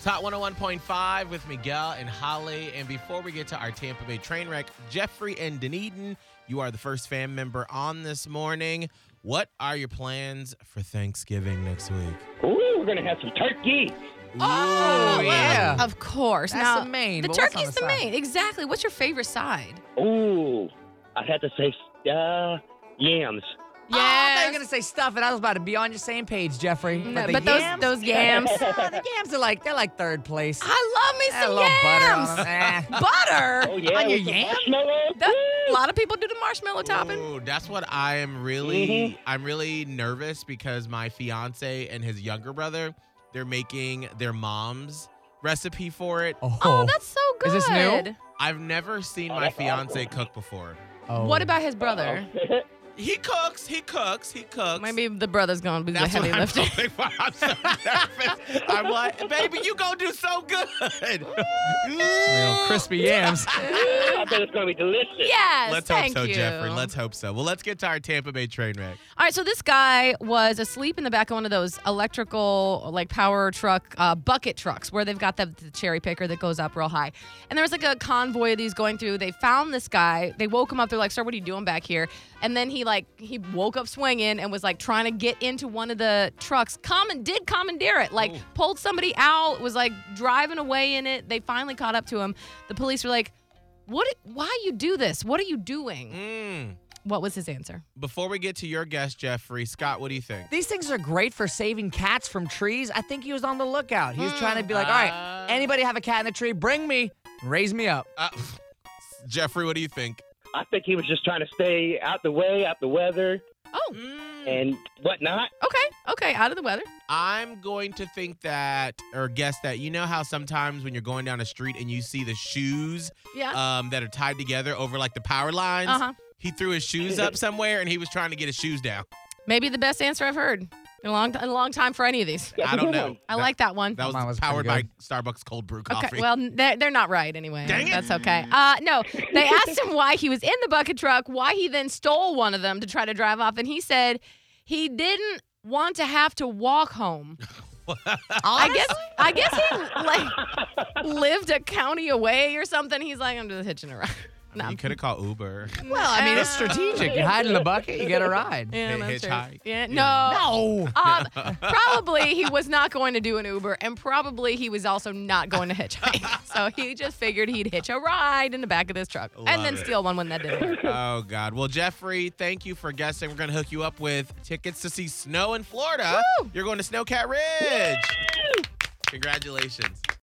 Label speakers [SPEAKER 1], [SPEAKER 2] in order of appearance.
[SPEAKER 1] Top 101.5 with Miguel and Holly. And before we get to our Tampa Bay train wreck, Jeffrey and Dunedin, you are the first fan member on this morning. What are your plans for Thanksgiving next week?
[SPEAKER 2] Ooh, we're gonna have some turkey.
[SPEAKER 3] Oh,
[SPEAKER 1] Ooh,
[SPEAKER 3] yeah.
[SPEAKER 4] Of course.
[SPEAKER 3] That's
[SPEAKER 4] now,
[SPEAKER 3] the main,
[SPEAKER 4] The
[SPEAKER 3] but what's on
[SPEAKER 4] turkey's
[SPEAKER 3] the
[SPEAKER 4] the,
[SPEAKER 3] side?
[SPEAKER 4] main. Exactly. What's your favorite side?
[SPEAKER 2] Ooh, I'd have to say uh, yams.
[SPEAKER 3] Oh, I thought you
[SPEAKER 4] Yes.
[SPEAKER 3] were gonna say stuff, and I was about to be on your same page, Jeffrey.
[SPEAKER 4] No,
[SPEAKER 3] the
[SPEAKER 4] but those- those yams.
[SPEAKER 3] Ah, the yams are like they're like third place. Add a little
[SPEAKER 4] I love me some
[SPEAKER 3] butter on them. Eh.
[SPEAKER 4] yams.
[SPEAKER 2] Oh
[SPEAKER 4] butter.
[SPEAKER 2] yeah,
[SPEAKER 3] On your
[SPEAKER 2] with some
[SPEAKER 3] yam?
[SPEAKER 2] marshmallows.
[SPEAKER 4] That-
[SPEAKER 2] Woo!
[SPEAKER 4] a lot of people do the marshmallow topping.
[SPEAKER 1] Ooh, that's what I am really
[SPEAKER 2] Mm-hmm.
[SPEAKER 1] I'm really nervous because my fiance and his younger brother, they're making their mom's recipe for it.
[SPEAKER 3] Oh,
[SPEAKER 4] Oh, that's so good.
[SPEAKER 3] Is this new?
[SPEAKER 1] I've never seen
[SPEAKER 2] Oh,
[SPEAKER 1] my
[SPEAKER 2] that's
[SPEAKER 1] fiance
[SPEAKER 2] awesome.
[SPEAKER 1] cook before.
[SPEAKER 3] Oh.
[SPEAKER 4] What about his brother?
[SPEAKER 1] He cooks, he cooks, he
[SPEAKER 3] Oh.
[SPEAKER 1] cooks.
[SPEAKER 4] Maybe the brother's gonna be
[SPEAKER 1] That's
[SPEAKER 4] the heavy
[SPEAKER 1] what I'm
[SPEAKER 4] lifter.
[SPEAKER 1] going for. I'm so nervous. I'm like, baby, you gonna do so good.
[SPEAKER 3] Real Oh, crispy yams?
[SPEAKER 2] I bet it's gonna be delicious.
[SPEAKER 4] Yes,
[SPEAKER 1] Let's hope
[SPEAKER 4] thank
[SPEAKER 1] so,
[SPEAKER 4] you.
[SPEAKER 1] Jeffrey. Let's hope so. Well, let's get to our Tampa Bay train wreck.
[SPEAKER 4] All right, so this guy was asleep in the back of one of those electrical, like power truck, uh, bucket trucks where they've got the, the cherry picker that goes up real high. And there was like a convoy of these going through. They found this guy. They woke him up. They're like, "Sir, what are you doing back here?" And then he like he woke up swinging and was like trying to get into one of the trucks. Common did commandeer it. Like
[SPEAKER 1] Ooh.
[SPEAKER 4] pulled somebody out. Was like driving away in it. They finally caught up to him. The police were like, "What? Why you do this? What are you doing?"
[SPEAKER 1] Mm.
[SPEAKER 4] What was his answer?
[SPEAKER 1] Before we get to your guest, Jeffrey, Scott, what do you think?
[SPEAKER 3] These things are great for saving cats from trees. I think he was on the lookout. He was
[SPEAKER 4] Hmm.
[SPEAKER 3] trying to be like, all
[SPEAKER 1] Ah.
[SPEAKER 4] Uh.
[SPEAKER 3] right, anybody have a cat in the tree? Bring me, raise me up.
[SPEAKER 1] Uh, Jeffrey, what do you think?
[SPEAKER 2] I think he was just trying to stay out the way, out the weather,
[SPEAKER 4] Oh.
[SPEAKER 1] Mm.
[SPEAKER 2] and whatnot.
[SPEAKER 4] Okay, okay, out of the weather.
[SPEAKER 1] I'm going to think that, or guess that, you know how sometimes when you're going down a street and you see the shoes
[SPEAKER 3] Uh,
[SPEAKER 4] Yeah.
[SPEAKER 1] um, that are tied together over like the power lines?
[SPEAKER 4] Uh huh.
[SPEAKER 1] He threw his shoes up somewhere and he was trying to get his shoes down.
[SPEAKER 4] Maybe the best answer I've heard in a long, in a long time for any of these.
[SPEAKER 2] That's
[SPEAKER 1] I
[SPEAKER 2] a
[SPEAKER 1] don't
[SPEAKER 2] good
[SPEAKER 1] know.
[SPEAKER 2] one.
[SPEAKER 4] I
[SPEAKER 1] That-
[SPEAKER 4] like that one.
[SPEAKER 1] That was,
[SPEAKER 3] Mine was pretty
[SPEAKER 1] powered by
[SPEAKER 3] good.
[SPEAKER 1] Starbucks cold brew coffee.
[SPEAKER 4] Okay, well, they're, they're not right anyway.
[SPEAKER 1] Dang it.
[SPEAKER 4] That's okay. Uh, no, they asked him why he was in the bucket truck, why he then stole one of them to try to drive off, and he said he didn't want to have to walk home. I guess I guess he like lived a county away or something. He's like, I'm just hitching a ride.
[SPEAKER 1] I mean,
[SPEAKER 4] No.
[SPEAKER 1] you could have called Uber.
[SPEAKER 3] Well, I mean, it's
[SPEAKER 4] Uh,
[SPEAKER 3] strategic. You hide in the bucket, you get a ride.
[SPEAKER 4] Yeah,
[SPEAKER 1] Hit-
[SPEAKER 4] that's true.
[SPEAKER 1] hitchhike.
[SPEAKER 4] Yeah,
[SPEAKER 1] Yeah.
[SPEAKER 4] no.
[SPEAKER 3] No.
[SPEAKER 4] Um, probably he was not going to do an Uber, and probably he was also not going to hitchhike. so he just figured he'd hitch a ride in the back of this truck
[SPEAKER 1] Love
[SPEAKER 4] and then
[SPEAKER 1] it.
[SPEAKER 4] steal one when that didn't. work.
[SPEAKER 1] oh God. Well, Jeffrey, thank you for guessing. We're gonna hook you up with tickets to see snow in Florida. You're going to Snowcat Ridge. Congratulations.